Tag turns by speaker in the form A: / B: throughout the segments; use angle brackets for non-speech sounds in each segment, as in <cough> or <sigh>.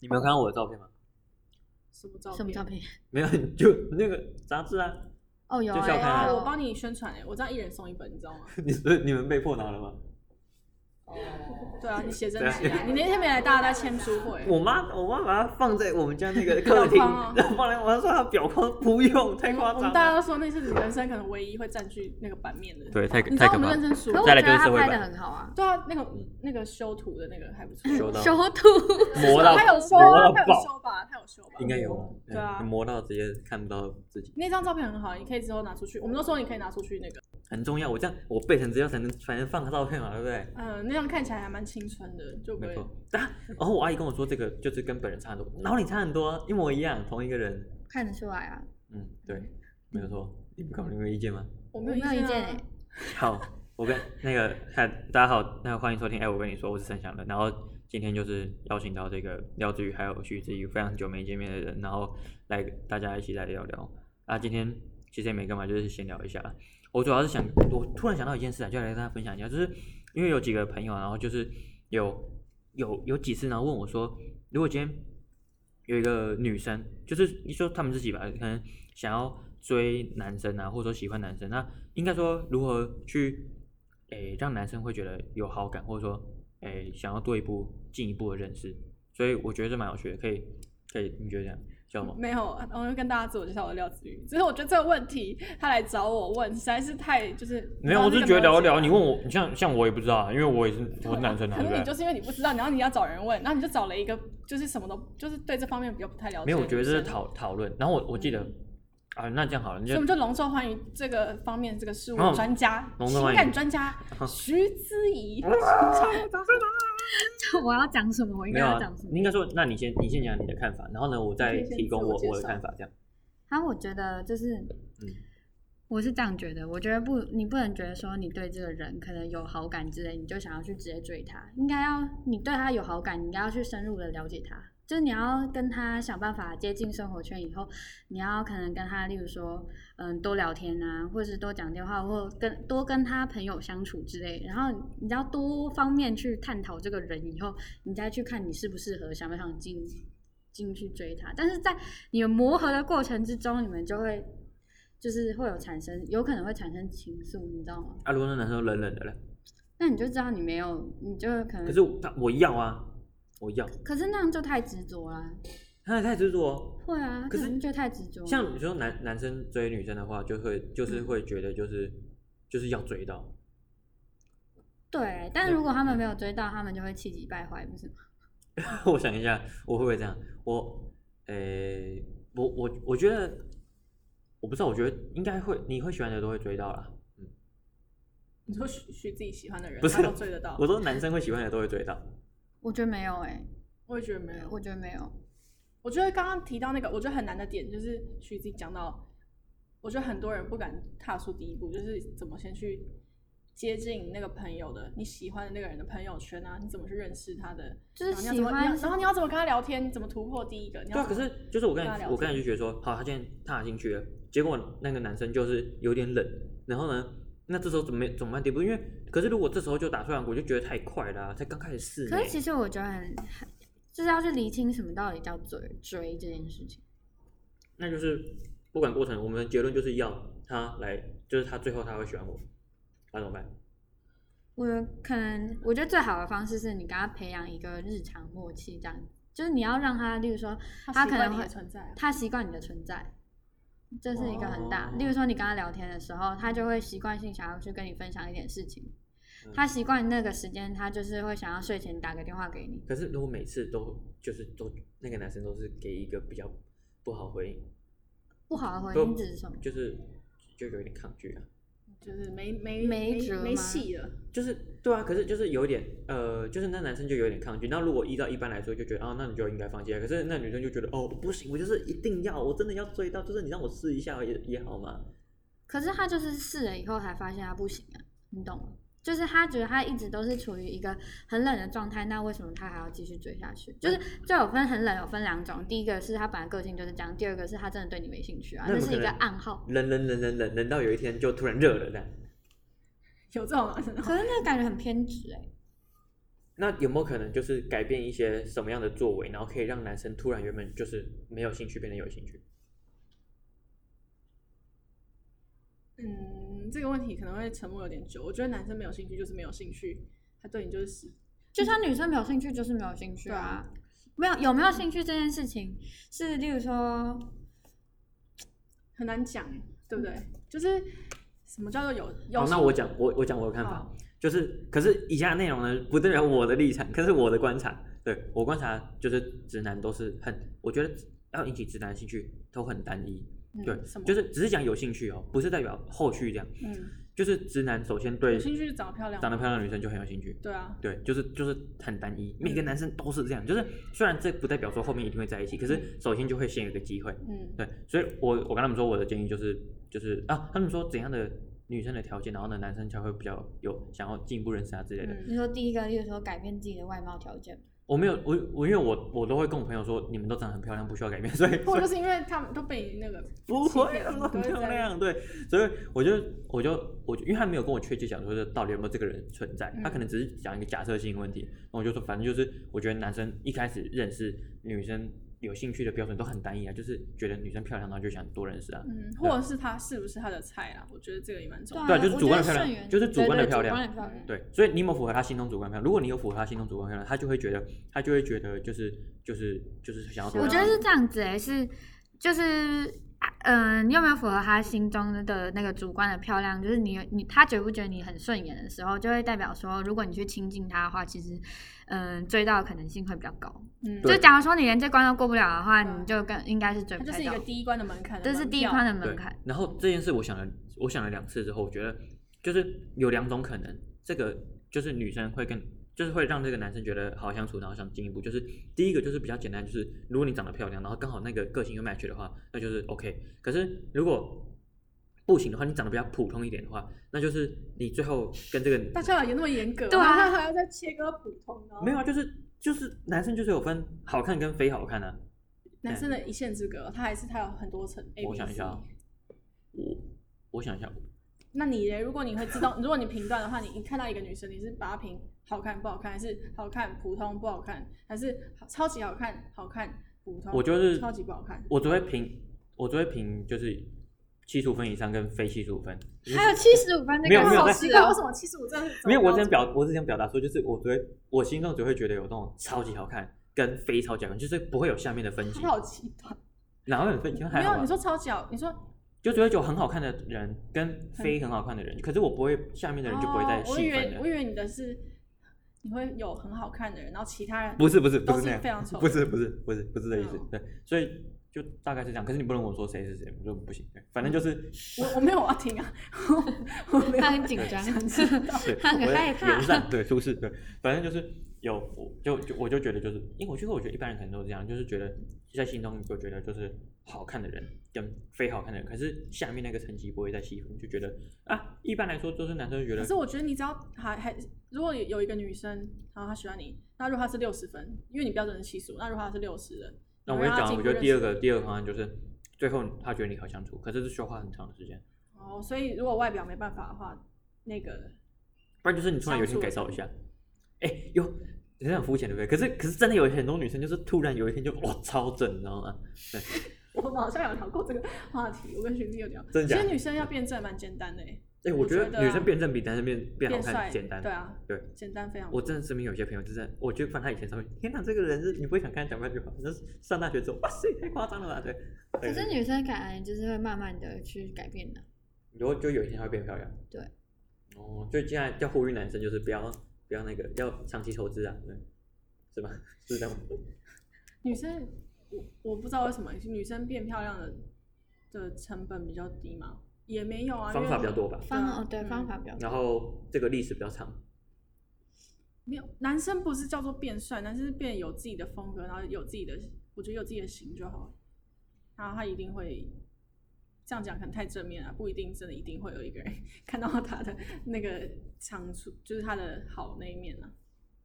A: 你没有看到我的照片吗？
B: 什么照片？
C: 什么照？片？
A: 没有，你就那个杂志啊，
C: 哦，有
A: 就
C: 啊
A: 校刊啊
C: 有
B: 我
C: 啊
B: 帮你宣传哎、我这样一人送一本，你知
A: <laughs>
B: 道吗？
A: 你是你们被迫拿了吗？
B: 对啊，你写真集
A: 对
B: 啊，你那天没来大家在签书会，
A: 我妈，我妈把它放在我们家
B: <laughs>
A: 那个客厅，
B: 表框啊
A: 然后放在，我妈说她表框不用，太夸
B: 我们
A: 张
B: 大家
A: 了。
B: 都说那是你人生可能唯一会占据那个版面的。，
D: 对，太
B: 你知
D: 太
B: 道我
D: 可
B: 们
D: 怕
B: 认
D: 了。
B: 真数
C: 可，
D: 再
C: 我
D: 来就
C: 觉得
D: 是
C: 他
D: 社会
C: 拍
D: 版
C: 的很好啊，
B: 对啊，那个那个修图的那个还不
A: <laughs>
B: 错，
A: 修到
C: 修图 <laughs>
A: 磨到
B: 他有修
A: 磨
B: 啊，
A: 到
B: 他有
A: 爆，
B: 修吧，他有修吧，
A: 应该有吧？
B: 对啊
A: 嗯磨到直接看不到自己，
B: 那张照片很好，你可以之后拿出去。我们都说你可以拿出去那个，
A: 很重要。我这样我背成资料才能才能放照片嘛，对不对？
B: 嗯、那张看起来还蛮青春的，就不
A: 没
B: 会
A: 错。但然后我阿姨跟我说，这个就是跟本人差很多，脑里差很多，一模一样，同一个人。
C: 看得出来啊，
A: 嗯，对，没有错。你们搞你们有意见吗？
B: 我
C: 我
B: 没有
C: 没有意见
B: 啊
C: 哎，
A: 好，我跟那个嗨，大家好，那个欢迎收听。哎，我跟你说，我是陈翔的。然后今天就是邀请到这个廖志宇还有徐志宇，非常久没见面的人，然后来大家一起来聊聊。啊，今天其实也没干嘛，就是闲聊一下。我主要是想，我突然想到一件事啊，就来跟大家分享一下，就是因为有几个朋友啊，然后就是有有有几次，然后问我说，如果今天有一个女生，就是你说他们自己吧，可能想要追男生啊，或者说喜欢男生，那应该说如何去，诶、让男生会觉得有好感，或者说，诶、想要多一步进一步的认识，所以我觉得这蛮有趣的，可以，可以，你觉得这样，叫吗？
B: 没有，我就跟大家自我介绍，我是廖子瑜。只是我觉得这个问题，他来找我问，实在是太就是
A: 没有，我只是觉得聊一聊。你问
B: 我，
A: 我，你像像我也不知道啊，因为我也是我是男生啊，
B: 可
A: 对
B: 是你
A: 不
B: 就
A: 对？
B: 是因为你不知道，然后你要找人问，然后你就找了一个就是什么都就是对这方面比较不太了解。
A: 没有，我觉得这是，讨讨论。然后我我记得啊，那这样好了，你
B: 嗯
A: 就
B: 所以我们就隆重欢迎这个方面这个事务
A: 哦
B: 专家、
A: 隆重
B: 情
A: 欢迎啊
B: 感专家徐
A: <laughs>
B: 姿怡。
C: <laughs> 我要讲什么？我应
A: 没
C: 该
A: 有
C: 要
A: 啊
C: 讲什，么？
A: 你应该说，那你先你先讲你的看法，然后呢，我再
B: 你可以先
A: 提供
B: 自
A: 我
B: 我介
A: 我的
B: 绍
A: 看法，这样。
C: 然后我觉得就是，我是这样觉得，我觉得不，你不能觉得说你对这个人可能有好感之类，你就想要去直接追他，应该要你对他有好感，你应该要去深入的了解他，就是你要跟他想办法接近生活圈以后，你要可能跟他，例如说，嗯，多聊天啊，或是多讲电话，或跟多跟他朋友相处之类，然后你要多方面去探讨这个人以后，你再去看你适不适合，想不想进进去追他。但是在你们磨合的过程之中，你们就会就是会有产生，有可能会产生情愫，你知道吗？
A: 啊，如果那男生冷冷的嘞，
C: 那你就知道你没有，你就可能
A: 可是我他我要啊，我要，
C: 可是那样就太执着啦、
A: 他也太执着哦。
C: 会啊，
A: 可是
C: 可能就太执着。
A: 像你说男男生追女生的话，就会
B: 嗯
A: 就是会觉得就是就是要追到，
C: 对，但如果他们没有追到，他们就会气急败坏，不是吗？
A: <laughs> 我想一下，我会不会这样？我，诶、我我我觉得，我不知道，我觉得应该会，你会喜欢的都会追到啦。嗯，
B: 你说许许自己喜欢的人，
A: 不是
B: 他都追得到
A: 我，说男生会喜欢的都会追到。
C: 我觉得没有哎、
B: 我也觉得没有。
C: 我觉得没有。
B: 我觉得刚刚提到那个，我觉得很难的点就是徐静讲到，我觉得很多人不敢踏出第一步，就是怎么先去接近那个朋友的你喜欢的那个人的朋友圈啊，你怎么去认识他的，
C: 就是
B: 然后你要怎么，
C: 喜欢
B: 你要然后你要怎么跟他聊天，你怎么突破第一个？你
A: 对
B: 要
A: 啊，可是就是我刚
B: 跟他
A: 才
B: 聊
A: 我刚才
B: 天
A: 就觉得说，好，他今天踏进去了，结果那个男生就是有点冷，然后呢，那这时候怎么怎么办第一步？因为可是如果这时候就打算，我就觉得太快啦、才刚开始试呢
C: 可。是其实我觉得很，很就是要去厘清什么到底叫追追这件事情。
A: 那就是不管过程，我们的结论就是要他来，就是他最后他会喜欢我，那怎么办？
C: 我觉得可能我觉得最好的方式是你跟他培养一个日常默契，这样就是你要让他，例如说
B: 他
C: 他可能
B: 习惯你
C: 会
B: 的存在啊，
C: 他习惯你的存在，这是一个很大。
A: 哦
C: 例如说，你跟他聊天的时候，他就会习惯性想要去跟你分享一点事情
A: 嗯。
C: 他习惯那个时间，他就是会想要睡前打个电话给你。
A: 可是如果每次都就是都那个男生都是给一个比较不好回应，
C: 不好的回
A: 都
C: 应指什么？
A: 就是就有点抗拒啊。
B: 就是没没
C: 没
B: 没
C: 辙吗
B: 没戏了。
A: 就是对啊，可是就是有一点呃，就是那男生就有点抗拒。那如果依照一般来说，就觉得啊，那你就应该放弃啊。可是那女生就觉得哦，不行，我就是一定要，我真的要追到，就是你让我试一下也也好嘛。
C: 可是他就是试了以后才发现他不行啊，你懂吗？就是他觉得他一直都是处于一个很冷的状态，那为什么他还要继续追下去？就是就有分很冷，有分两种。第一个是他本来个性就是这样，第二个是他真的对你没兴趣啊，
A: 那有
C: 这
A: 没有
C: 是一
A: 可
C: 个
A: 能
C: 暗号。
A: 冷冷冷冷冷冷到有一天就突然热了这样。
B: 有这种男生，
C: 可是那个感觉很偏执哎、
A: 那有没有可能就是改变一些什么样的作为，然后可以让男生突然原本就是没有兴趣变得有兴趣？
B: <laughs> 嗯，这个问题可能会沉默有点久。我觉得男生没有兴趣就是没有兴趣，他对你就是死
C: 就算女生没有兴趣，就是没有兴趣啊。没有有没有兴趣这件事情，是例如说，
B: 很难讲，对不对？
C: 嗯
B: 就是什么叫做有有
A: 好，
B: 兴
A: 那我讲我我讲我的看法，就是可是以下内容呢不代表我的立场，可是我的观察，对我观察就是直男都是很，我觉得要引起直男的兴趣都很单一，
B: 嗯
A: 对
B: 什，么
A: 就是只是讲有兴趣哦，不是代表后续这样，
B: 嗯，
A: 就是直男首先对
B: 有兴趣是长得漂亮，
A: 长得漂亮的女生就很有兴趣，
B: 对啊，
A: 对，就是就是很单一，每
B: 嗯
A: 个男生都是这样，就是虽然这不代表说后面一定会在一起，可是首先就会先有一个机会，
B: 嗯
A: 对，所以我我跟他们说我的建议就是就是啊，他们说怎样的女生的条件，然后呢男生才会比较有想要进一步认识啊之类的。
C: 你
B: 嗯
C: 说第一个，例如说改变自己的外貌条件，
A: 我没有我我因为我我都会跟我朋友说你们都长得很漂亮，不需要改变，所以
B: 或
A: 所以
B: 者就是因为他们都被你那个
A: <laughs> 不
B: 欺
A: 会
B: 骗了
A: 啊很
B: 你都
A: 漂
B: 会在
A: 亮，对，所以我就我就我就因为他没有跟我确切讲说这到底有没有这个人存在，他可
B: 嗯
A: 能只是讲一个假设性问题，那我就说反正就是我觉得男生一开始认识女生有兴趣的标准都很单一啊，就是觉得女生漂亮，然后就想多认识啊，
B: 嗯，或者是他是不是他的菜啊啦？我觉得这个也蛮重要的。
A: 对
C: 啊，
A: 啊就是
C: 我
A: 主
C: 觉得
A: 观的漂亮
C: 顺缘
A: 就是主
C: 对
A: 观的
C: 对
A: 漂亮
C: 主观的漂亮，
A: 对，所以你有没有符合他心中主观漂亮？如果你有符合他心中主观漂亮，他就会觉得，他就会觉得就是就是就是想要多
C: 我
A: 认
C: 觉
A: 识。
C: 得是这样子诶、是就是啊嗯，你有没有符合他心中的那个主观的漂亮？就是你你他觉不觉得你很顺眼的时候，就会代表说，如果你去亲近他的话，其实嗯追到的可能性会比较高。
B: 嗯，
A: 对
C: 就假如说你连这关都过不了的话，
B: 嗯
C: 你啊就更应该是追
B: 它
C: 不
B: 就
C: 太
B: 是一
C: 到
B: 个。第一关的门槛，
C: 这是第一关的门
A: 对
C: 槛，。
A: 然后这件事，我想了，我想了两次之后，我觉得就是有两种可能，这个就是女生会跟，就是会让这个男生觉得好相处，然后想进一步。就是第一个就是比较简单，就是如果你长得漂亮，然后刚好那个个性又 match 的话，那就是 OK。可是如果不行的话，你长得比较普通一点的话，那就是你最后跟这个
B: 大家有那么严格吗， <laughs>
C: 对啊
B: 他还要再切割普通的哦，
A: 没有啊，就是就是男生就是有分好看跟非好看啊。
B: 男生的一线之隔，他还是他有很多层 A
A: 我
B: B
A: 想一
B: C 哦
A: 下。啊，我我想一下，
B: 那你嘞如果你会知道，如果你评断的话，你一看到一个女生，你是把她评好看不好看，还是好看普通不好看，还是好超级好看好看普通？
A: 我就是
B: 超级不好看。
A: 我只会评，我只会评就是七十五分以上跟非七十五分。就是
C: 还有七十五分这
A: 没有
C: 个
A: 没有
B: 好
C: 考
A: 在
B: 奇
C: 试
B: 怪，为
C: <laughs> 哦
B: 什，么七十五真的是
A: 没有，我只想表，我只想表达说，就是我只会，我心中只会觉得有那种超级好看跟非超级好看，就是不会有下面的分级
B: 他，好极端。
A: 哪会有分级？还
B: 没
A: 好
B: 有，
A: 吧
B: 你说超级好，你说
A: 就只会有很好看的人跟非很好看的人，可是我不会下面的人就不会再
B: 哦我以
A: 细分
B: 为我
A: 的。
B: 以为你的是你会有很好看的人，然后其他人
A: 不是不是不
B: 都
A: 是
B: 是
A: 那样
B: 非，常丑，
A: 不是不是不是不是这意思
B: 嗯，
A: 对，所以就大概是这样。可是你不能跟我说谁是谁，我就不行。对
B: 嗯
A: 反正就是
B: <laughs> 我我没有要听啊， <laughs> 我我没
A: <laughs>
B: 有
C: 他很紧张，
A: 对，
C: 他很
A: 我在
C: 害怕
A: 友善对舒适对，反正就是有我就就我就觉得就是，因为我觉得我觉得一般人可能都这样，就是觉得在心中就觉得就是好看的人跟非好看的人，可是下面那个层级不会再细分，就觉得啊，一般来说都是男生就觉
B: 可
A: 得
B: 是我觉得你只要还还，如果有一个女生，然后她喜欢你，那如果她是六十分，因为你标准是七十五，那如果她是六十的，
A: 那
B: 你
A: 我
B: 会
A: 跟
B: 让
A: 你
B: 她
A: 讲，
B: 进
A: 我
B: 一
A: 觉
B: 步
A: 得第二
B: 认识
A: 个第二个方案就是最后他觉得你好相处，可是是需要花很长的时间，
B: 你哦，所以如果外表没办法的话，那个
A: 不然就是你突然有一天改造一下，哎哟，有点很肤浅对不对？可是可是真的有很多女生就是突然有一天就哇超正，你知道吗？
B: 我们好像有聊过这个话题，我跟徐丽有聊，
A: 真的
B: 其
A: 假的
B: 实女生要变正蛮简单的欸，
A: 哎，我
B: 我
A: 觉
B: 觉
A: 得
B: 得
A: 女
B: 啊
A: 生变正比男生变变好
B: 变
A: 看
B: 帅
A: 简单，
B: 对啊，
A: 对，
B: 简单非常多。
A: 我真的身边有些朋友，就是我就翻他以前照片，天哪，这个人是你不会想看他讲半句话，那是 <laughs> 上大学之后，哇塞，太夸张了吧？对。
C: 可是
A: 对
C: 女生感觉就是会慢慢的去改变的。
A: 然后就有一天她会变漂亮。
C: 对。
A: 哦，就现在要呼吁男生，就是不要不要那个，要长期投资啊，对，是吧？是这样吗。
B: 女生，我我不知道为什么女生变漂亮的的成本比较低嘛，也没有啊，
A: 方法
B: 因
A: 比
B: 为
A: 较多吧
C: 方哦，对，
B: 嗯
C: 方法比较
A: 然后这个历史比较长，
B: 没有，男生不是叫做变帅，男生是变有自己的风格，然后有自己的，我觉得有自己的型就好了。然后他一定会这样讲，可能太正面了，不一定真的一定会有一个人 <laughs> 看到他的那个长处，就是他的好那一面啊。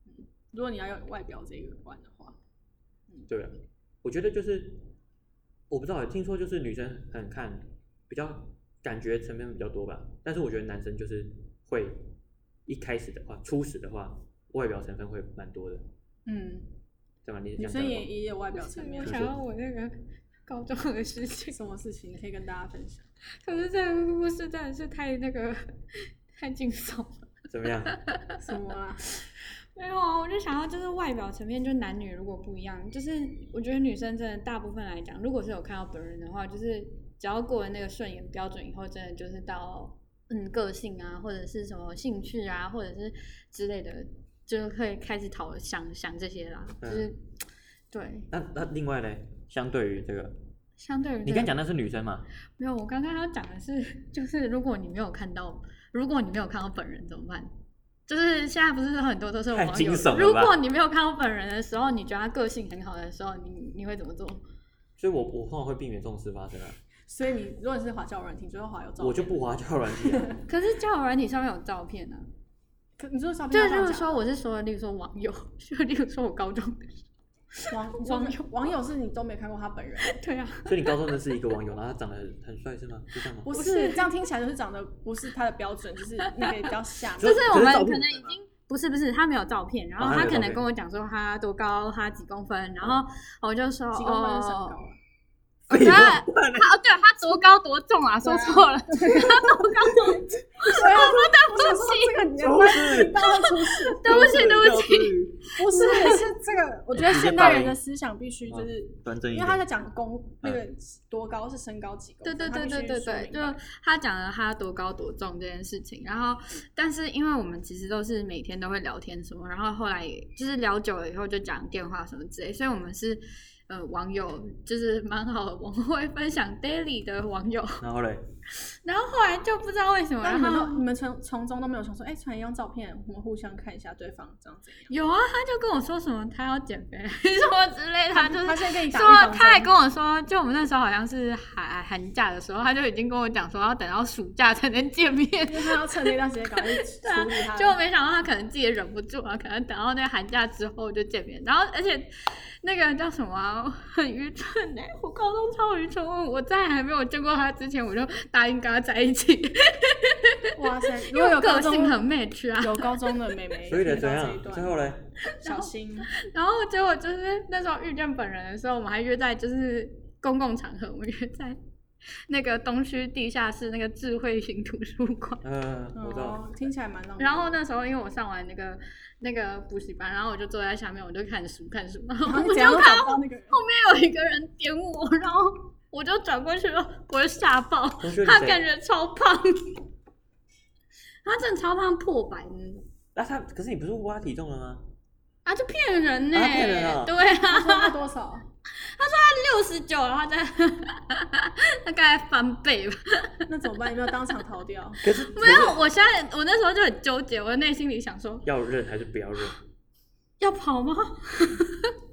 B: 嗯，如果你要用外表这一关的话，
A: 对啊。我觉得就是，我不知道，听说就是女生很看比较感觉层面比较多吧，但是我觉得男生就是会一开始的话，初始的话外表成分会蛮多的，
B: 嗯，
A: 对吧？你是这
B: 女
A: 样
B: 生
A: 讲的
B: 也
A: 吗
B: 也有外表层面
A: 没
C: 我
A: 有，
C: 想到我那个高中的事
B: <laughs>
C: 情，
B: 什么事情你可以跟大家分享？
C: 可是这个故事真的是太那个太惊悚了。
A: 怎
B: <laughs>
A: 么样？
B: 什么啊？
C: 没有啊，我就想要就是外表层面，就男女如果不一样，就是我觉得女生真的大部分来讲，如果是有看到本人的话，就是只要过了那个顺眼标准以后，真的就是到嗯个性啊，或者是什么兴趣啊，或者是之类的，就会开始讨想想这些啦，就
A: 嗯
C: 是、对，
A: 那那另外呢？相对于这个，
C: 相对于
A: 你
C: 这
A: 刚
C: 个
A: 讲那是女生嘛？
C: 没有，我刚刚要讲的是， <laughs> 就是如果你没有看到，如果你没有看到本人怎么办？就是现在不是很多都是网
A: 太惊
C: 友
A: 悚，了
C: 如
A: 吧
C: 果你没有看到本人的时候，你觉得他个性很好的时候，你你会怎么做？
A: 所以我我通常会避免这种事发生啊，
B: 所以你如果你是滑交友软体，你就会滑有照片，
A: 我就不滑交友软件、啊。
C: 可是交友软体上面有照片呢、
B: 可你说照
C: 就
B: 片
C: 是
B: 要这
C: 如
B: 样
C: 果
B: 讲
C: 说我是说，例如说网友， <laughs> 就例如说我高中的，
B: 网
C: 网
B: 网
C: 友
B: 友网友是你都没看过他本人，
C: <laughs> 对啊，
A: 所以你高中认识一个网友，然后他长得很很帅是吗？是这样吗？
B: 不
C: 是
B: 是这样听起来就是长得不是他的标准，就是那个比较下
A: 就
C: <laughs> 就是我们
A: 可是照
C: 可
A: 片
C: 能已经不是不是，他没有照片，然
A: 哦
C: 后
A: 他没
C: 他
A: 有
C: 可
A: 照
C: 能
A: 片哦
C: 跟我讲说他多高，他几公分，然后我就说
B: 几公分是身
C: 哦
B: 高啊。
A: 废
C: 对
A: 话，
B: <laughs>
C: 他哦，对他多高多重啊？说错了，
B: 对啊，我
C: 哦
B: 想说这个年代
A: 就是
B: 到会
C: <laughs>
B: 出事，
C: 对不起，对不起。
A: 起，
B: 不是是这个，我觉得现代人的思想必须就是，
A: 端
C: 哦
A: 正一
B: 因
A: 点。
B: 为他在讲公那个多高是身高几公
C: 对
B: 分，
C: 嗯对对对对对，就
B: 他必须说明白
C: 他讲了他多高多重这件事情，然后
B: 嗯
C: 但是因为我们其实都是每天都会聊天什么，然后后来就是聊久了以后就讲电话什么之类，所以我们是呃网友，就是蛮好的，我们会分享 daily 的网友，
A: 然后嘞，
C: 然后后来就不知道为什么，
B: 但
C: 然
B: 你们
C: 后
B: 都你们从从中都没有想说，哎，传一张照片，我们互相看一下对方这样怎样。
C: 有啊，他就跟我说什么他要减肥
B: <laughs>
C: 什么之类的，他啊就是
B: 他现在跟你打
C: 说
B: 预防针
C: 他还跟我说，就我们那时候好像是寒寒假的时候，他就已经跟我讲说要等到暑假才能见面。
B: 因为他要趁那段时间赶快去
C: <laughs> 对啊
B: 处理他的。
C: 就没想到他可能自己也忍不住啊，可能等到那个寒假之后就见面。然后而且那个叫什么、啊， <laughs> 很愚蠢哎、我高中超愚蠢，我在还没有见过他之前，我就答应跟他在一起，
B: 哇塞， <laughs> 如
C: 因
B: 果
C: 为
B: 有
C: 我
B: 高
C: 个
B: 中
C: 性很 match 啊。
B: 有高中的妹妹，
A: 所以嘞
B: 听
A: 怎
B: 到这
A: 样
B: 一？段
A: 最后嘞，
B: 小心，
C: 然后结果就是那时候遇见本人的时候，我们还约在就是公共场合，我们约在那个东区地下室那个智慧型图书馆。
A: 嗯，我知道。
B: 哦，听起来蛮浪漫。
C: 然后？那时候因为我上完那个那个补习班，然后我就坐在下面，我就看书看书，然后
B: 然后你
C: 我就
B: 啊怎样都
C: 看
B: 找不到那个人？
C: 后面有一个人点我，然后我就转过去了，我就吓爆，
A: 同学，
C: 他
A: 你
C: 感
A: 谁？
C: 觉超胖，他真的超胖破百的那种，
A: 那他可是你不是挖体重了 <laughs> 吗？
C: 啊，就骗人呢、
A: 啊骗人啊
C: 对啊，
B: 他说他多少？
C: 六十九，然后再 <laughs> 大概翻倍吧。
B: 那怎么办？有没有当场逃
A: <laughs>
B: 掉？
A: 可是
C: 没有，我现在我那时候就很纠结，我内心里想说，
A: 要认还是不要认？
C: 要跑吗？ <laughs>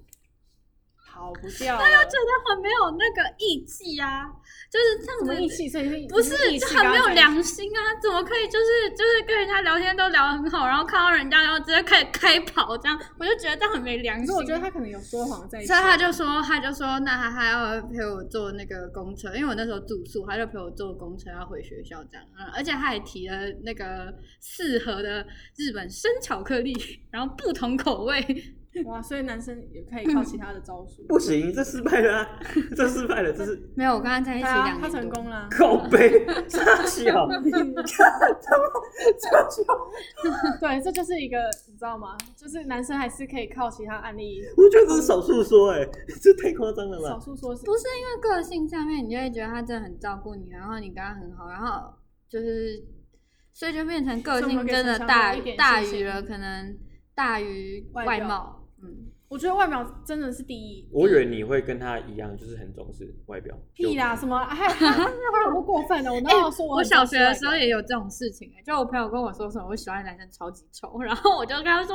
B: 逃不掉了。
C: 真的很没有那个义气啊，就是这样
B: 什么
C: 子
B: 义气？所以
C: 不是，就很没有。良心啊！怎么可以就是就是跟人家聊天都聊得很好，然后看到人家然后直接开开跑这样，我就觉得这样很没良
B: 可
C: 心。
B: 是我觉得他可能有说谎在。
C: 所以他就说，他就说，那他还要陪我坐那个公车，因为我那时候住宿，他就陪我坐公车要回学校这样。嗯，而且他还提了那个四盒的日本生巧克力，然后不同口味。
B: 哇，所以男生也可以靠其他的招数。
A: <laughs> 不行，这失败了啊，这失败了，这 <laughs> 是
C: 没有，我跟 <laughs> 他在一
B: 对
C: 起
B: 啊
C: 两，
B: 他
C: 年
B: 成
C: 多，
B: 功啦。
A: 靠背，傻 <laughs> 小，看他妈傻小，
B: 对，这就是一个你知道吗？就是男生还是可以靠其他案例。
A: 我觉得这是少数说，哎，这太夸张了
B: 少
A: 吧？
B: 数说是
C: 不是因为个性上面，你就会觉得他真的很照顾你，然后你跟他很好，然后就是，所以就变成
B: 所
C: 个
B: 以我
C: 性
B: 们可以
C: 真的
B: 想象
C: 大
B: 到一点
C: 大
B: 界
C: 于
B: 限
C: 了，可能大于
B: 外
C: 外
B: 表
C: 貌。嗯，
B: 我觉得外表真的是第一。
A: 我以为你会跟他一样，就是很重视外表。
B: 屁啦，什么？ <laughs> 哎，有多过分了？我哪有说
C: 哎我
B: 很
C: 小
B: 重视
C: 学的
B: 外
C: 时候
B: 表
C: 也有这种事情、欸，就我朋友跟我说什么我喜欢的男生超级丑，然后我就跟他说你们怎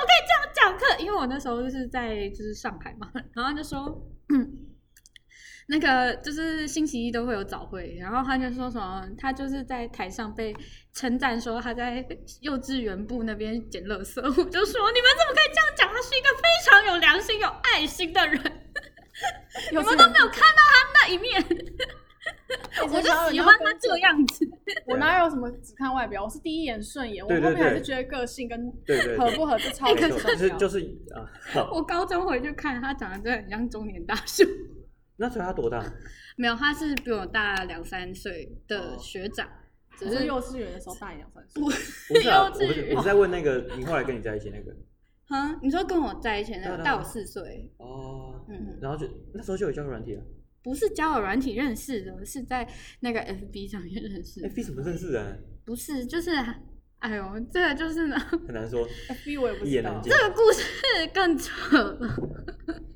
C: 么可以这样讲课？因为我那时候就是在就是上海嘛，然后他就说。嗯那个就是星期一都会有早会，然后他就说什么，他就是在台上被称赞说他在幼稚园部那边捡垃圾，我就说你们怎么可以这样讲？他是一个非常有良心、有爱心的人，
B: 有
C: 你
B: 这
C: 们都
B: 种
C: 没有看到他那一面。我就喜欢他这个样子。 <laughs>
B: 我哪有什么只看外表？我是第一眼顺眼，我
A: 啊对
B: 后
A: 对
B: 面还
A: 对
B: 是觉得个性跟
A: 对对
B: 合
A: 对，
B: 不合这超
C: 哎
A: 没
B: 级
A: 错就
B: 重
A: 是
B: 要。
A: 就是啊，好，
C: 我高中回去看，他长得真的很像中年大叔。
A: 那所以他多 <laughs> 大？
C: 没有，他是比我大两三岁
A: 哦
C: 的学长，只
B: 只是
C: 是
B: 幼稚园的时候大你两三
A: <laughs>
B: 岁
C: 我，
A: 不是啊，
C: 幼
A: 我
C: 稚
A: 不是
C: 园
A: 我是在问那个你后来跟你在一起那个
C: 啊，你说跟我在一起那
A: 对
C: 个
A: 啊
C: 大我四岁，
A: 哦，
C: 嗯，
A: 然后就那时候就有交友软体啊
C: 不是交友软体认识的，是在那个 FB 上面认识的，
A: ，FB 怎么哎认识人？
C: 不是，就是，哎呦，这个就是呢， <laughs>
A: 很难说，
B: FB 我也不
A: 一
B: 知
A: 言
B: 道
A: 难。尽。
C: 这个故事更扯了。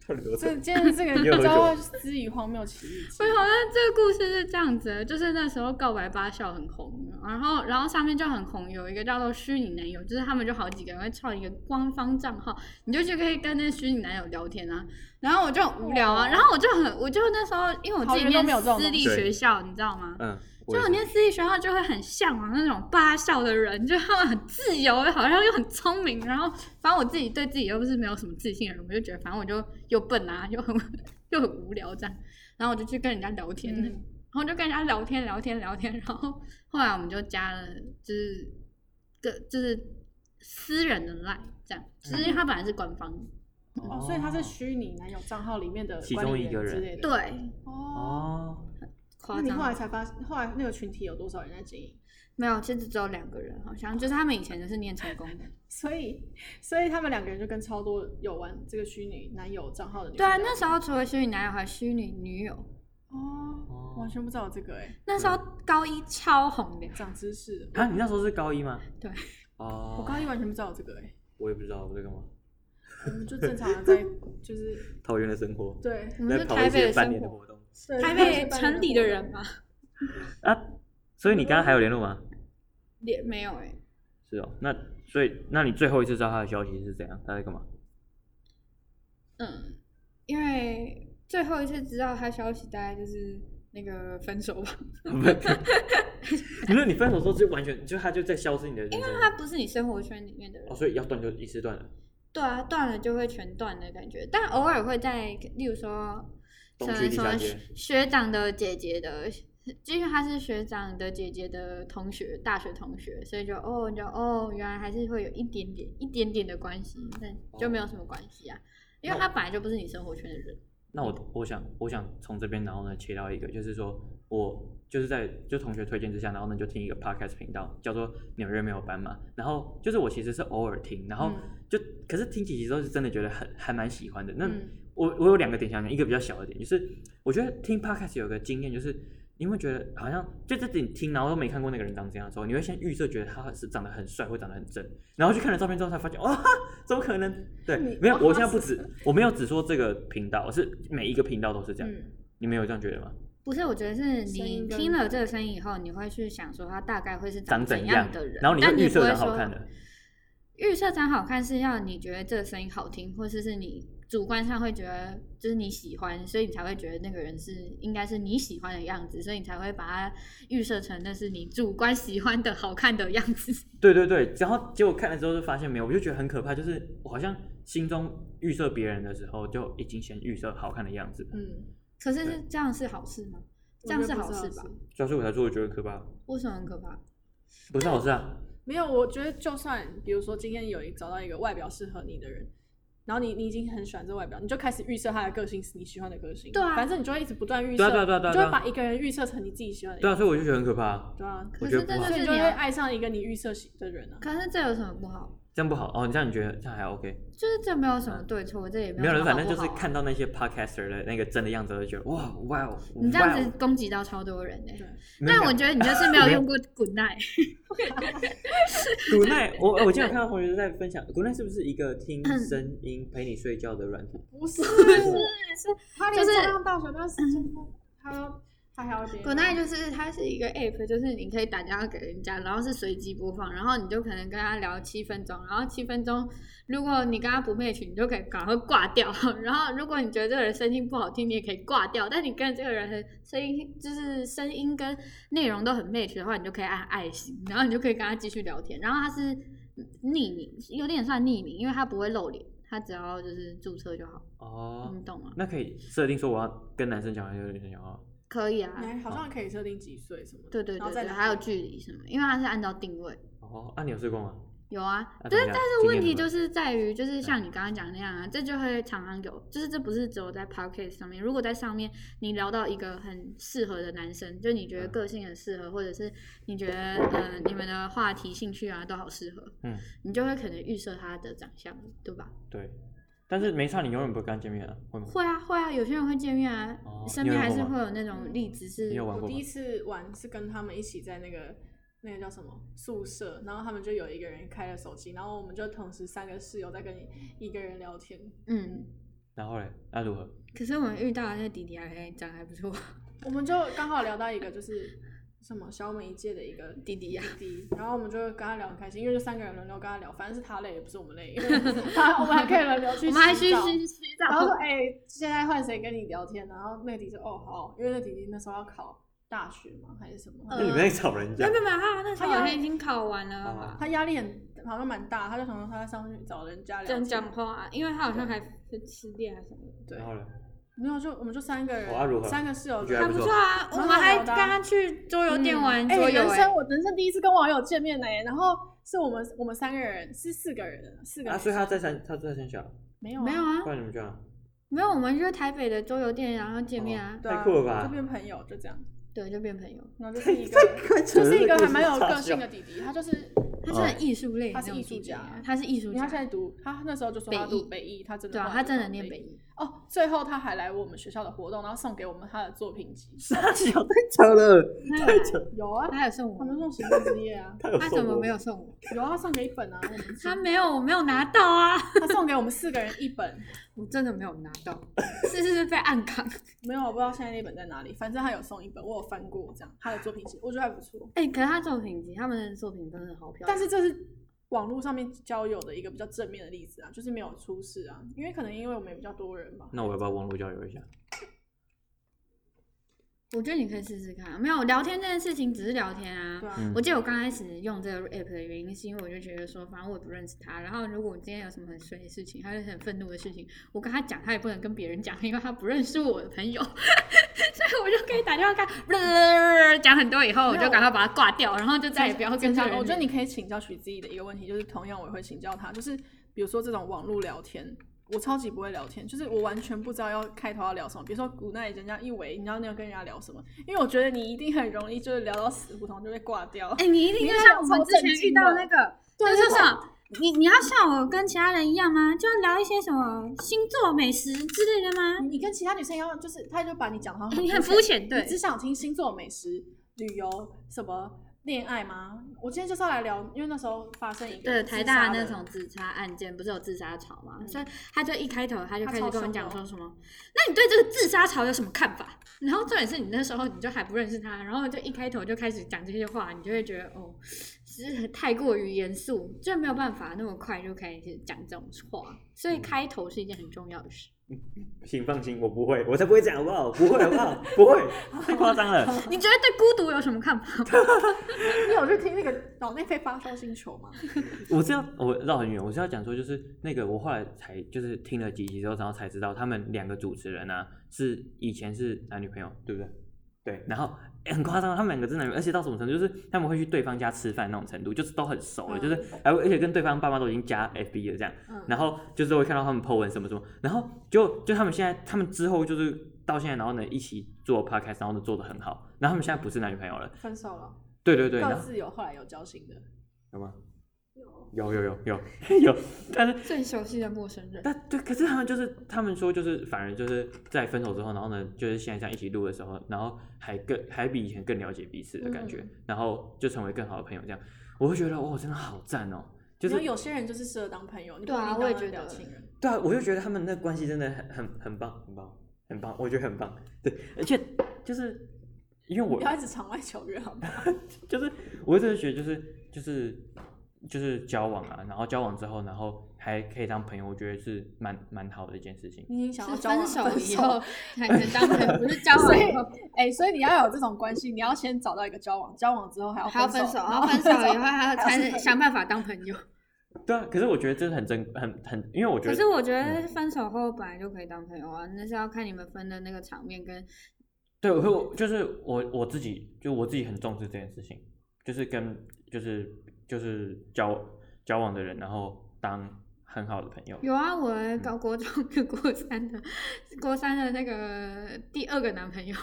A: 到底多
B: <laughs> 这
A: 扯？
B: 今天这
A: <laughs> 你有喝
B: 个
A: 酒
B: 交换私语荒谬奇遇记，
C: 没有，那这个故事是这样子的，就是那时候告白八校很红，然后然后上面就很红，有一个叫做虚拟男友，就是他们就好几个人会创一个官方账号，你就去可以跟那虚拟男友聊天啊。然后我就很无聊啊，
B: 哇
C: 然后我就很，我就那时候因为我自己
B: 桃园哦都
C: 念
B: 没有这种东
C: 私
B: 西
C: 立
A: 对
C: 学校，你知道吗？
A: 嗯，我
C: 就
A: 也
C: 我
A: 是
C: 念私立学校就会很向往那种八校的人，就他们很自由，好像又很聪明，然后反正我自己对自己又不是没有什么自信的人，我就觉得反正我就又笨啊，又很又很无聊这样，然后我就去跟人家聊天，然
B: 嗯，
C: 后就跟人家聊天聊天聊天，然后后来我们就加了就是个就是私人的 line 这样，其实它本来是官方的，
B: 哦，所以他是虚拟男友账号里面的
A: 其
B: 管
A: 中
B: 理
A: 一个
B: 之
A: 人
B: 类的。，
C: 对，
B: 哦，
A: 哦，
C: 夸
B: 那你后来
C: 张，
B: 才发，后来那个群体有多少人在经营？ <laughs>
C: 没有，其实只有两个人，好像就是他们以前就是念成功的。
B: 所以，所以他们两个人就跟超多有玩这个虚拟男友账号的女生
C: 对啊，
B: 聊
C: 那时候除了虚拟男友，还有虚拟女友。
B: 哦，
A: 哦
B: 完全不知道有这个哎、
C: 那时候
A: 嗯
C: 高一超红的，
B: 长知识了。
A: 啊，你那时候是高一吗？
C: 对。
A: 哦，
B: 我高一完全不知道有这个哎、
A: 我也不知道我在干嘛，
B: 我们就正常
A: <laughs>
B: 的在就是
A: 桃园的生活，
B: 对
C: 我们
A: 在
C: 是
A: 跑
C: 台
A: 一
C: 北
A: 些
C: 的
A: 半
C: 生
A: 年的
C: 活，
A: 活动
C: 台北城里的人吧？
A: 啊。所以你刚刚还有联络吗？
C: 也没有哎、
A: 是哦，那所以那你最后一次知道他的消息是怎样？他在干嘛？
C: 嗯，因为最后一次知道他消息，大概就是那个分手吧。
B: <laughs>
A: 你说你分手之后就完全就他就在消失你的人生
C: 他不是你生活圈里面的人
A: 哦，，所以要断就一次断了。
C: 对啊，断了就会全断的感觉，但偶尔会在，例如说，
A: 东
C: 什
A: 区
C: 么
A: 地
C: 什
A: 下
C: 么
A: 街
C: 学学长的姐姐的，因为她是学长的姐姐的同学，大学同学，所以就哦，就哦，原来还是会有一点点、一点点的关系，但就没有什么关系啊，因为
A: 那
C: 他本来就不是你生活圈的人。
A: 那
B: 嗯
A: 我我想我想从这边，然后呢切到一个，就是说我就是在就同学推荐之下，然后呢就听一个 podcast 频道，叫做《纽约没有斑马》，然后就是我其实是偶尔听，然后
B: 嗯
A: 就、可是听几集之后是真的觉得很还蛮喜欢的。那、
B: 嗯
A: 我我有两个点想讲，一个比较小的点，就是我觉得听 podcast 有个经验，就是你会觉得好像就这点听，然后都没看过那个人长怎样的时候，你会先预设觉得他是长得很帅或长得很正，然后去看了照片之后才发现，哇、怎么可能？对
B: 你，
A: 没有，我
B: 哇
A: 现在不止，我没有只说这个频道，我是每一个频道都是这样。
B: 嗯，
A: 你们有这样觉得吗？
C: 不是，我觉得是
B: 声
C: 你
B: 音跟
C: 听了这个声音以后，你会去想说他大概会是
A: 长
C: 怎
A: 怎样
C: 的人，
A: 然后你
C: 但
A: 会预设
C: 不会
A: 长好
C: 说
A: 看的。
C: 预设长好看是要你觉得这个声音好听，或者是你主观上会觉得就是你喜欢，所以你才会觉得那个人是应该是你喜欢的样子，所以你才会把它预设成那是你主观喜欢的好看的样子。
A: 对对对，然后结果看了之后就发现没有，我就觉得很可怕，就是我好像心中预设别人的时候就已经先预设好看的样子了，
B: 嗯，
C: 可是是这样是好事吗？这样是好事吧？
A: 所以我才说我觉得很可怕，
C: 为什么很可怕？
A: 不是好事啊。
B: 没有，我觉得就算比如说今天有一找到一个外表适合你的人，然后你你已经很喜欢这外表，你就开始预设他的个性是你喜欢的个性。
C: 对啊
B: 反正你就会一直不断预设，
A: 对啊对啊对啊对啊
B: 你就会把一个人预设成你自己喜欢的
A: 对啊，
B: 样子。
A: 所以我就觉得很可怕啊，
B: 对啊，
A: 我
C: 可
A: 觉
C: 是
A: 得
C: 这
A: 不好
C: 就
B: 所以
C: 是
B: 你
C: 你
B: 就会
C: 要，
B: 爱上一个你预设喜的人啊。
C: 可是这有什么不好？
A: 这样不好哦。你这样你觉得这样还 OK？
C: 就是这没有什么对错，这也
A: 没有人，
C: 有什么
A: 反
C: 好
A: 正
C: 不
A: 就是
C: 好啊。
A: 看到那些 podcaster 的那个真的样子，我就觉得哇哇哦，
C: 你这样
A: 哇
C: 子
A: 哦，
C: 攻击到超多人呢、欸
B: 对，
A: 没有
C: 但我觉得你就是没有用过 Good Night，
A: 古奈，我我今天有看到同学在分享，古奈是不是一个听
C: 嗯
A: 声音陪你睡觉的软体？
B: 不是，他
C: 连
B: 连
C: 就是
B: 上
C: 上
B: 大学
C: <laughs>
B: 那时候，他他还要别
C: Good Night 就是它是一个 app，就是你可以打电话给人家，然后是随机播放，然后你就可能跟他聊七分钟，然后七分钟如果你跟他不 match，你就可以赶快挂掉。 <laughs> 然后如果你觉得这个人声音不好听，你也可以挂掉。但你跟这个人的声音就是声音跟内容都很 match 的话，你就可以按爱心，然后你就可以跟他继续聊天。然后他是匿名，有点算匿名，因为他不会露脸，他只要就是注册就好，
A: 哦，
C: 你懂吗？
A: 那可以设定说我要跟男生讲话，还是跟女生讲话？哦
C: 可以啊
B: 你，还哎好像可以设定几岁什么的，
C: 对对
B: 然
C: 对
B: 后再
C: 对，
B: 聊
C: 还有距离什么，因为它是按照定位。
A: 哦，啊，你有试过吗？
C: 有啊，
A: 啊
C: 但是
A: 怎么样嗯
C: 但是问
A: 经
C: 题
A: 验吗
C: 就是在于，就是像你刚刚讲的那样啊，这就会常常有，就是这不是只有在 p o c k e t 上面，如果在上面你聊到一个很适合的男生，就你觉得
A: 嗯
C: 个性很适合，或者是你觉得呃你们的话题、兴趣啊都好适合，
A: 嗯，
C: 你就会可能预设他的长相，对吧？
A: 对，但是没差，你永远不会跟他见面啊，会吗？
C: 会啊会啊，有些人会见面啊，
A: 哦
C: 身
A: 你有
C: 边
A: 玩
C: 还是
A: 过吗
C: 会有那种例子是
A: 你有玩
B: 我
A: 过
B: 第
A: 吗
B: 一？次玩是跟他们一起在那个那个叫什么宿舍，然后他们就有一个人开了手机，然后我们就同时三个室友在跟一个人聊天。
C: 嗯，
A: 然后嘞，那如何？
C: 可是我们遇到的那个弟弟还长得还不错，
B: 我们就刚好聊到一个就是 <laughs> 什么小我们一届的一个弟弟呀、弟弟，然后我们就跟他聊很开心，因为就三个人轮流跟他聊，反正是他累也不是我们累，因为 <laughs> 他我 <laughs> 们还可以轮流去
C: <laughs> 我们还去
B: 洗澡
C: 去洗
B: 然 <laughs> 后说
C: 澡，
B: 哎、现在换谁跟你聊天？然后那个弟弟说哦好，因为那弟弟那时候要考大学嘛还是什么，
A: 那你们在吵人
C: 呃没
A: 家
C: 有？没有没有，他啊那时候
B: 他有
C: 好像已经考完了
A: 哦
C: 吧？
B: 他压力很好像蛮大，他就想说他上去找人家聊
C: 讲
B: 天，
C: 讲话，因为他好像还失恋还是什么的。
B: 对
A: 然，后嘞，
B: 没有就我们就三个人，
A: 哦啊如何
B: 三个室友
A: 你觉得还不错
C: 啊，我
B: 蛮
C: 们
B: 好
C: 还
B: 聊
C: 跟
B: 的啊
C: 他去桌游店玩
B: 哎、
C: 桌游、
B: 人
C: 欸
B: 生我人生第一次跟网友见面呢、然后是我们我们三个人是四个人，四个
A: 啊，
B: 人、
A: 所以他在三，他在三小，
B: 没有、
C: 没有
B: 啊，
C: 啊
A: 不，然你们去哪？
C: <laughs> 没有，我们就是台北的桌游店，然后见面啊，
B: 对啊
A: 太酷了吧
B: 就变朋友就这样，
C: 对，就变朋友。
B: 然后就
A: <laughs>
B: 是一个就是一个还蛮有个性的弟弟，他
C: <laughs>
B: 就是
C: 他是很艺术类的
B: 他
C: 那
B: 是
C: 种
B: 艺
C: 弟
B: 术
C: 弟
B: 家
C: 啊，他是艺术
B: 因为他现
C: 家，
B: 在读他那时候就说他
C: 北艺
B: 读北艺，他真的
C: 对啊，
B: 后来
C: 他
B: 就
C: 真的
B: 到
C: 念
B: 北
C: 北
B: 艺
C: 艺，
B: 哦，最后他还来我们学校的活动，然后送给我们他的作品集，
A: 三小太吵了，
C: 他有
A: 太
C: 来
A: 扯，
B: 有啊，
C: 他 <laughs> 还有送
B: 他们
C: 我，
B: 送行动之夜啊，
A: 他有
C: 他怎么没有送我？
B: 有啊，送给一本啊，我们
C: 他没有，我没有拿到啊，
B: 他送给我们四个人一本，
C: 我真的没有拿到， <laughs> 是是是被暗扛。
B: 没有，我不知道现在那本在哪里，反正他有送一本，我有翻过，这样他的作品集我觉得还不错，
C: 哎、可是他作品集，他们的作品真的好漂亮。
B: 但是这是网络上面交友的一个比较正面的例子啊，就是没有出事啊，因为可能因为我们也比较多人吧，
A: 那我要不要网络交流一下？
C: 我觉得你可以试试看啊，没有聊天这件事情只是聊天啊
B: 对。啊，
A: 嗯
C: 我记得我刚开始用这个 app 的原因，是因为我就觉得说，反正我也不认识他，然后如果我今天有什么很衰的事情，还是很愤怒的事情，我跟他讲，他也不能跟别人讲，因为他不认识我的朋友，所 <laughs> 以我就可以打电话跟他 <laughs> 讲很多以后，我就赶快把他挂掉，然后就再也不要跟
B: 增
C: 他
B: 加。
C: 人。
B: 我觉得你可以请教许自己的一个问题，就是同样我也会请教他，就是比如说这种网络聊天。我超级不会聊天，就是我完全不知道要开头要聊什么。比如说古奈人家一围，你知道你要跟人家聊什么？因为我觉得你一定很容易就是聊到死胡同就被挂掉。
C: 哎、你一定要像我们之前遇到那个，
B: 对
C: 就是说你你要像我跟其他人一样吗？就聊一些什么星座、美食之类的吗？
B: <laughs> 你跟其他女生一样，就是他就把你讲得好像
C: 你很肤浅，对
B: 你，只想听星座、美食、旅游什么恋爱吗？我今天就是要来聊，因为那时候发生一个
C: 对
B: 自
C: 台
B: 杀
C: 大
B: 的
C: 那种自杀案件，不是有自杀潮嘛？
B: 嗯
C: 所以他就一开头他就
B: 他
C: 开始
B: 超
C: 跟我
B: 凶
C: 讲
B: 的
C: 说什么，那你对这个自杀潮有什么看法？然后重点是你那时候你就还不认识他，然后就一开头就开始讲这些话，你就会觉得哦，是太过于严肃，就没有办法那么快就开始讲这种话，所以
A: 嗯
C: 开头是一件很重要的事。
A: 请放心，我不会，我才不会这样，好不好？不会，好不好？不会，太夸张了。
C: 你觉得对孤独有什么看法？
B: <laughs> 你有去听那个脑内啡发烧星球吗？
A: 我是要我绕很远，我是要讲说，就是那个我后来才就是听了几集之后，然后才知道他们两个主持人啊是以前是男女朋友，对不对？对，然后、诶很夸张，他们两个真的，而且到什么程度，就是他们会去对方家吃饭那种程度，就是都很熟了，
B: 嗯
A: 就是还会而且跟对方爸妈都已经加 FB 了这样，
B: 嗯
A: 然后就是会看到他们 po 文什么什么，然后就就他们现在他们之后就是到现在，然后呢一起做 podcast，然后呢做的很好，然后他们现在不是男女朋友了，
B: 分手了，
A: 对对对，然
B: 各
A: 后
B: 自有后来有交心的。
A: 有吗？有有有有有，但是
C: 最熟悉的陌生人。
A: 但对，可是他们就是他们说就是反而就是在分手之后，然后呢，就是现在这样一起录的时候，然后还更还比以前更了解彼此的感觉，
B: 嗯
A: 然后就成为更好的朋友，这样我会觉得哇，真的好赞哦！就是
B: 你说有些人就是适合当朋友，你不
C: 对啊
B: 一定
C: 我也
B: 当
C: 觉
B: 得了
C: 得
B: 情人。
A: 对啊，我就觉得他们那关系真的很很很棒，很棒，很棒，我觉得很棒。对，而且就是因为我
B: 不要一直场外求月，好不好？
A: 就是我一直觉得就是就是就是交往啊，然后交往之后，然后还可以当朋友，我觉得是蛮蛮好的一件事情。
B: 你已经想要
C: 是
B: 交往
C: 分手以
B: 手
C: 后才能当朋友，不是交往以后。
B: 哎、所以你要有这种关系，你要先找到一个交往，交往之后还要
C: 还要分手，
B: 手，
C: 然后分手以后还要才
B: 还要是
C: 能
B: 朋友
C: 想办法当朋友。
A: 对啊，可是我觉得这是很珍很很，因为我觉
C: 可
A: 得嗯
C: 是我觉得分手后本来就可以当朋友啊，那是要看你们分的那个场面跟
A: 对，我会我就是我我自己，就我自己很重视这件事情，就是跟就是就是交交往的人，然后当很好的朋友。
C: 有啊，
A: 嗯
C: 我高国中跟国三的，国三的那个第二个男朋友，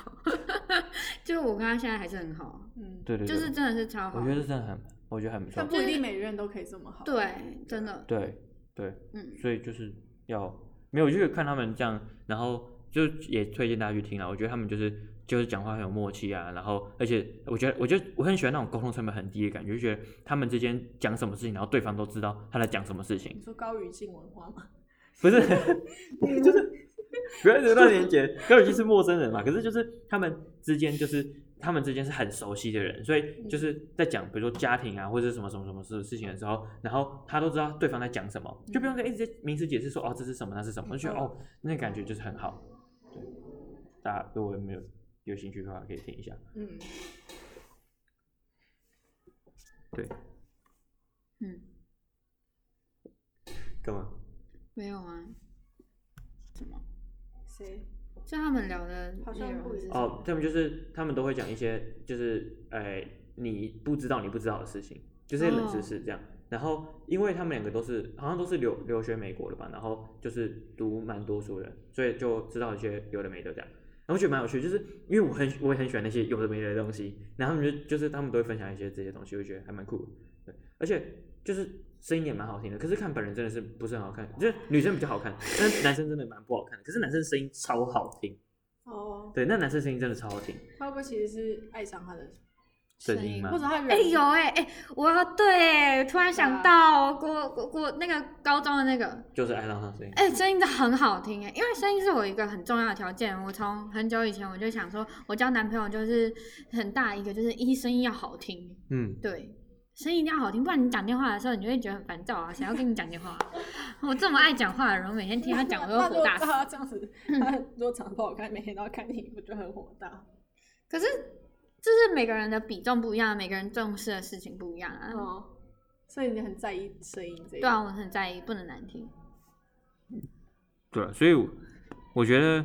C: <laughs> 就我跟他现在还是很好，
B: <laughs> 嗯，
A: 对对对，
C: 就是真的是超好
A: 我觉，得是真的很，我觉得很不错
B: 但。不一定每个人都可以这么好。，
C: 对，真的，
A: 对对，
C: 嗯，
A: 所以就是要没有，就是看他们这样，然后就也推荐大家去听了。我觉得他们就是就是讲话很有默契啊，然后而且我觉得我觉得我很喜欢那种沟通成本很低的感觉，就觉得他们之间讲什么事情，然后对方都知道他在讲什么事情
B: 你，说高语境文化吗？
A: 不是就是不要扯到连结，高宇就是陌生人嘛，可是就是他们之间就是。他们之间是很熟悉的人，所以就是在讲，比如说家庭啊，或者是什么什么什么事事情的时候，然后他都知道对方在讲什么，就不用再一直在名词解释说哦这是什么那是什么，就觉得哦那感觉就是很好。对，大家如果没有有兴趣的话，可以听一下。
B: 嗯，
A: 对，
C: 嗯，
A: 干嘛？
C: 没有啊，
B: 谁？
C: 就他们聊的
B: 好像
C: 内容
B: 不一
C: 是
B: 样
C: 什么
A: 哦，他们就是他们都会讲一些就是哎、你不知道你不知道的事情，就是冷知识这样。然后因为他们两个都是好像都是留留学美国的吧，然后就是读蛮多书的，所以就知道一些有的没的这样。然后觉得蛮有趣，就是因为我很我也很喜欢那些有的没的东西，然后他们就就是他们都会分享一些这些东西，我就觉得还蛮酷的。对，而且就是声音也蛮好听的，可是看本人真的是不是很好看，就是女生比较好看，但是男生真的蛮不好看的。可是男生声音超好听，
B: 哦，
A: 对，那男生声音真的超好听。
B: 他会不会其实是爱上他的，
A: 声音吗
B: 或者他人？
C: 哎、有哎、哎、我要对哎，突然
B: 啊
C: 想到国国国那个高中的那个，
A: 就是爱上他声音。
C: 哎、声音真的很好听哎，因为声音是我一个很重要的条件。我从很久以前我就想说，我交男朋友就是很大一个，就是一声音要好听，
A: 嗯，
C: 对，声音一定要好听，不然你讲电话的时候，你就会觉得很烦躁啊，谁要跟你讲电话 <laughs> 啊、我这么爱讲话的人，我每天听他讲，我都
B: 那如
C: 火
B: 果 <laughs>
C: 大死。
B: 他这样子，他如果长得不好看，每天都要看你，我就很火大。
C: 可是，就是每个人的比重不一样，每个人重视的事情不一样啊。
B: 哦，所以你很在意声音这一
C: 对啊，我很在意，不能难听。
A: 对啊，所以我我觉得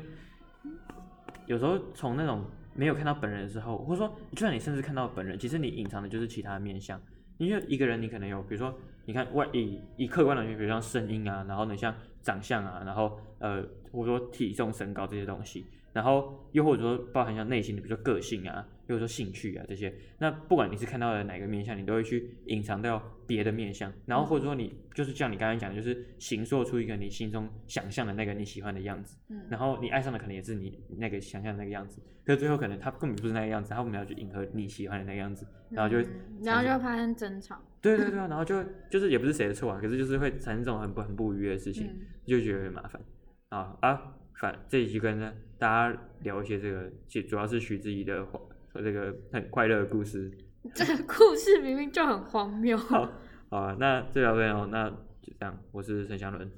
A: 有时候从那种没有看到本人的时候，或者说就算你甚至看到本人，其实你隐藏的就是其他面相。因为一个人你可能有，比如说你看外以以客观的东西，比如像声音啊，然后呢像长相啊，然后呃或者说体重、身高这些东西，然后又或者说包含像内心的，比如说个性啊，又或者说兴趣啊这些。那不管你是看到了哪个面相，你都会去隐藏掉别的面相，然后或者说你就是像你刚才讲的，就是形塑出一个你心中想象的那个你喜欢的样子。
B: 嗯
A: 然后你爱上的可能也是你那个想象的那个样子，可是最后可能他根本不是那个样子，他们要去迎合你喜欢的那个样子，然后就会
C: 嗯然后就会发生争吵。
A: 对对对啊，然后就就是也不是谁的错啊，可是就是会产生这种很不很不愉悦的事情，
C: 嗯
A: 就觉得很麻烦啊啊！反这一集跟呢大家聊一些这个，其实主要是徐志怡的和这个很快乐的故事。
C: 这个故事明明就很荒谬。
A: 好，好啊，那就聊到这样哦，那就这样，我是陈祥伦，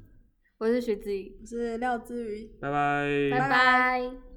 C: 我是学子怡，
B: 我是廖之瑜。
A: 拜拜
C: 拜拜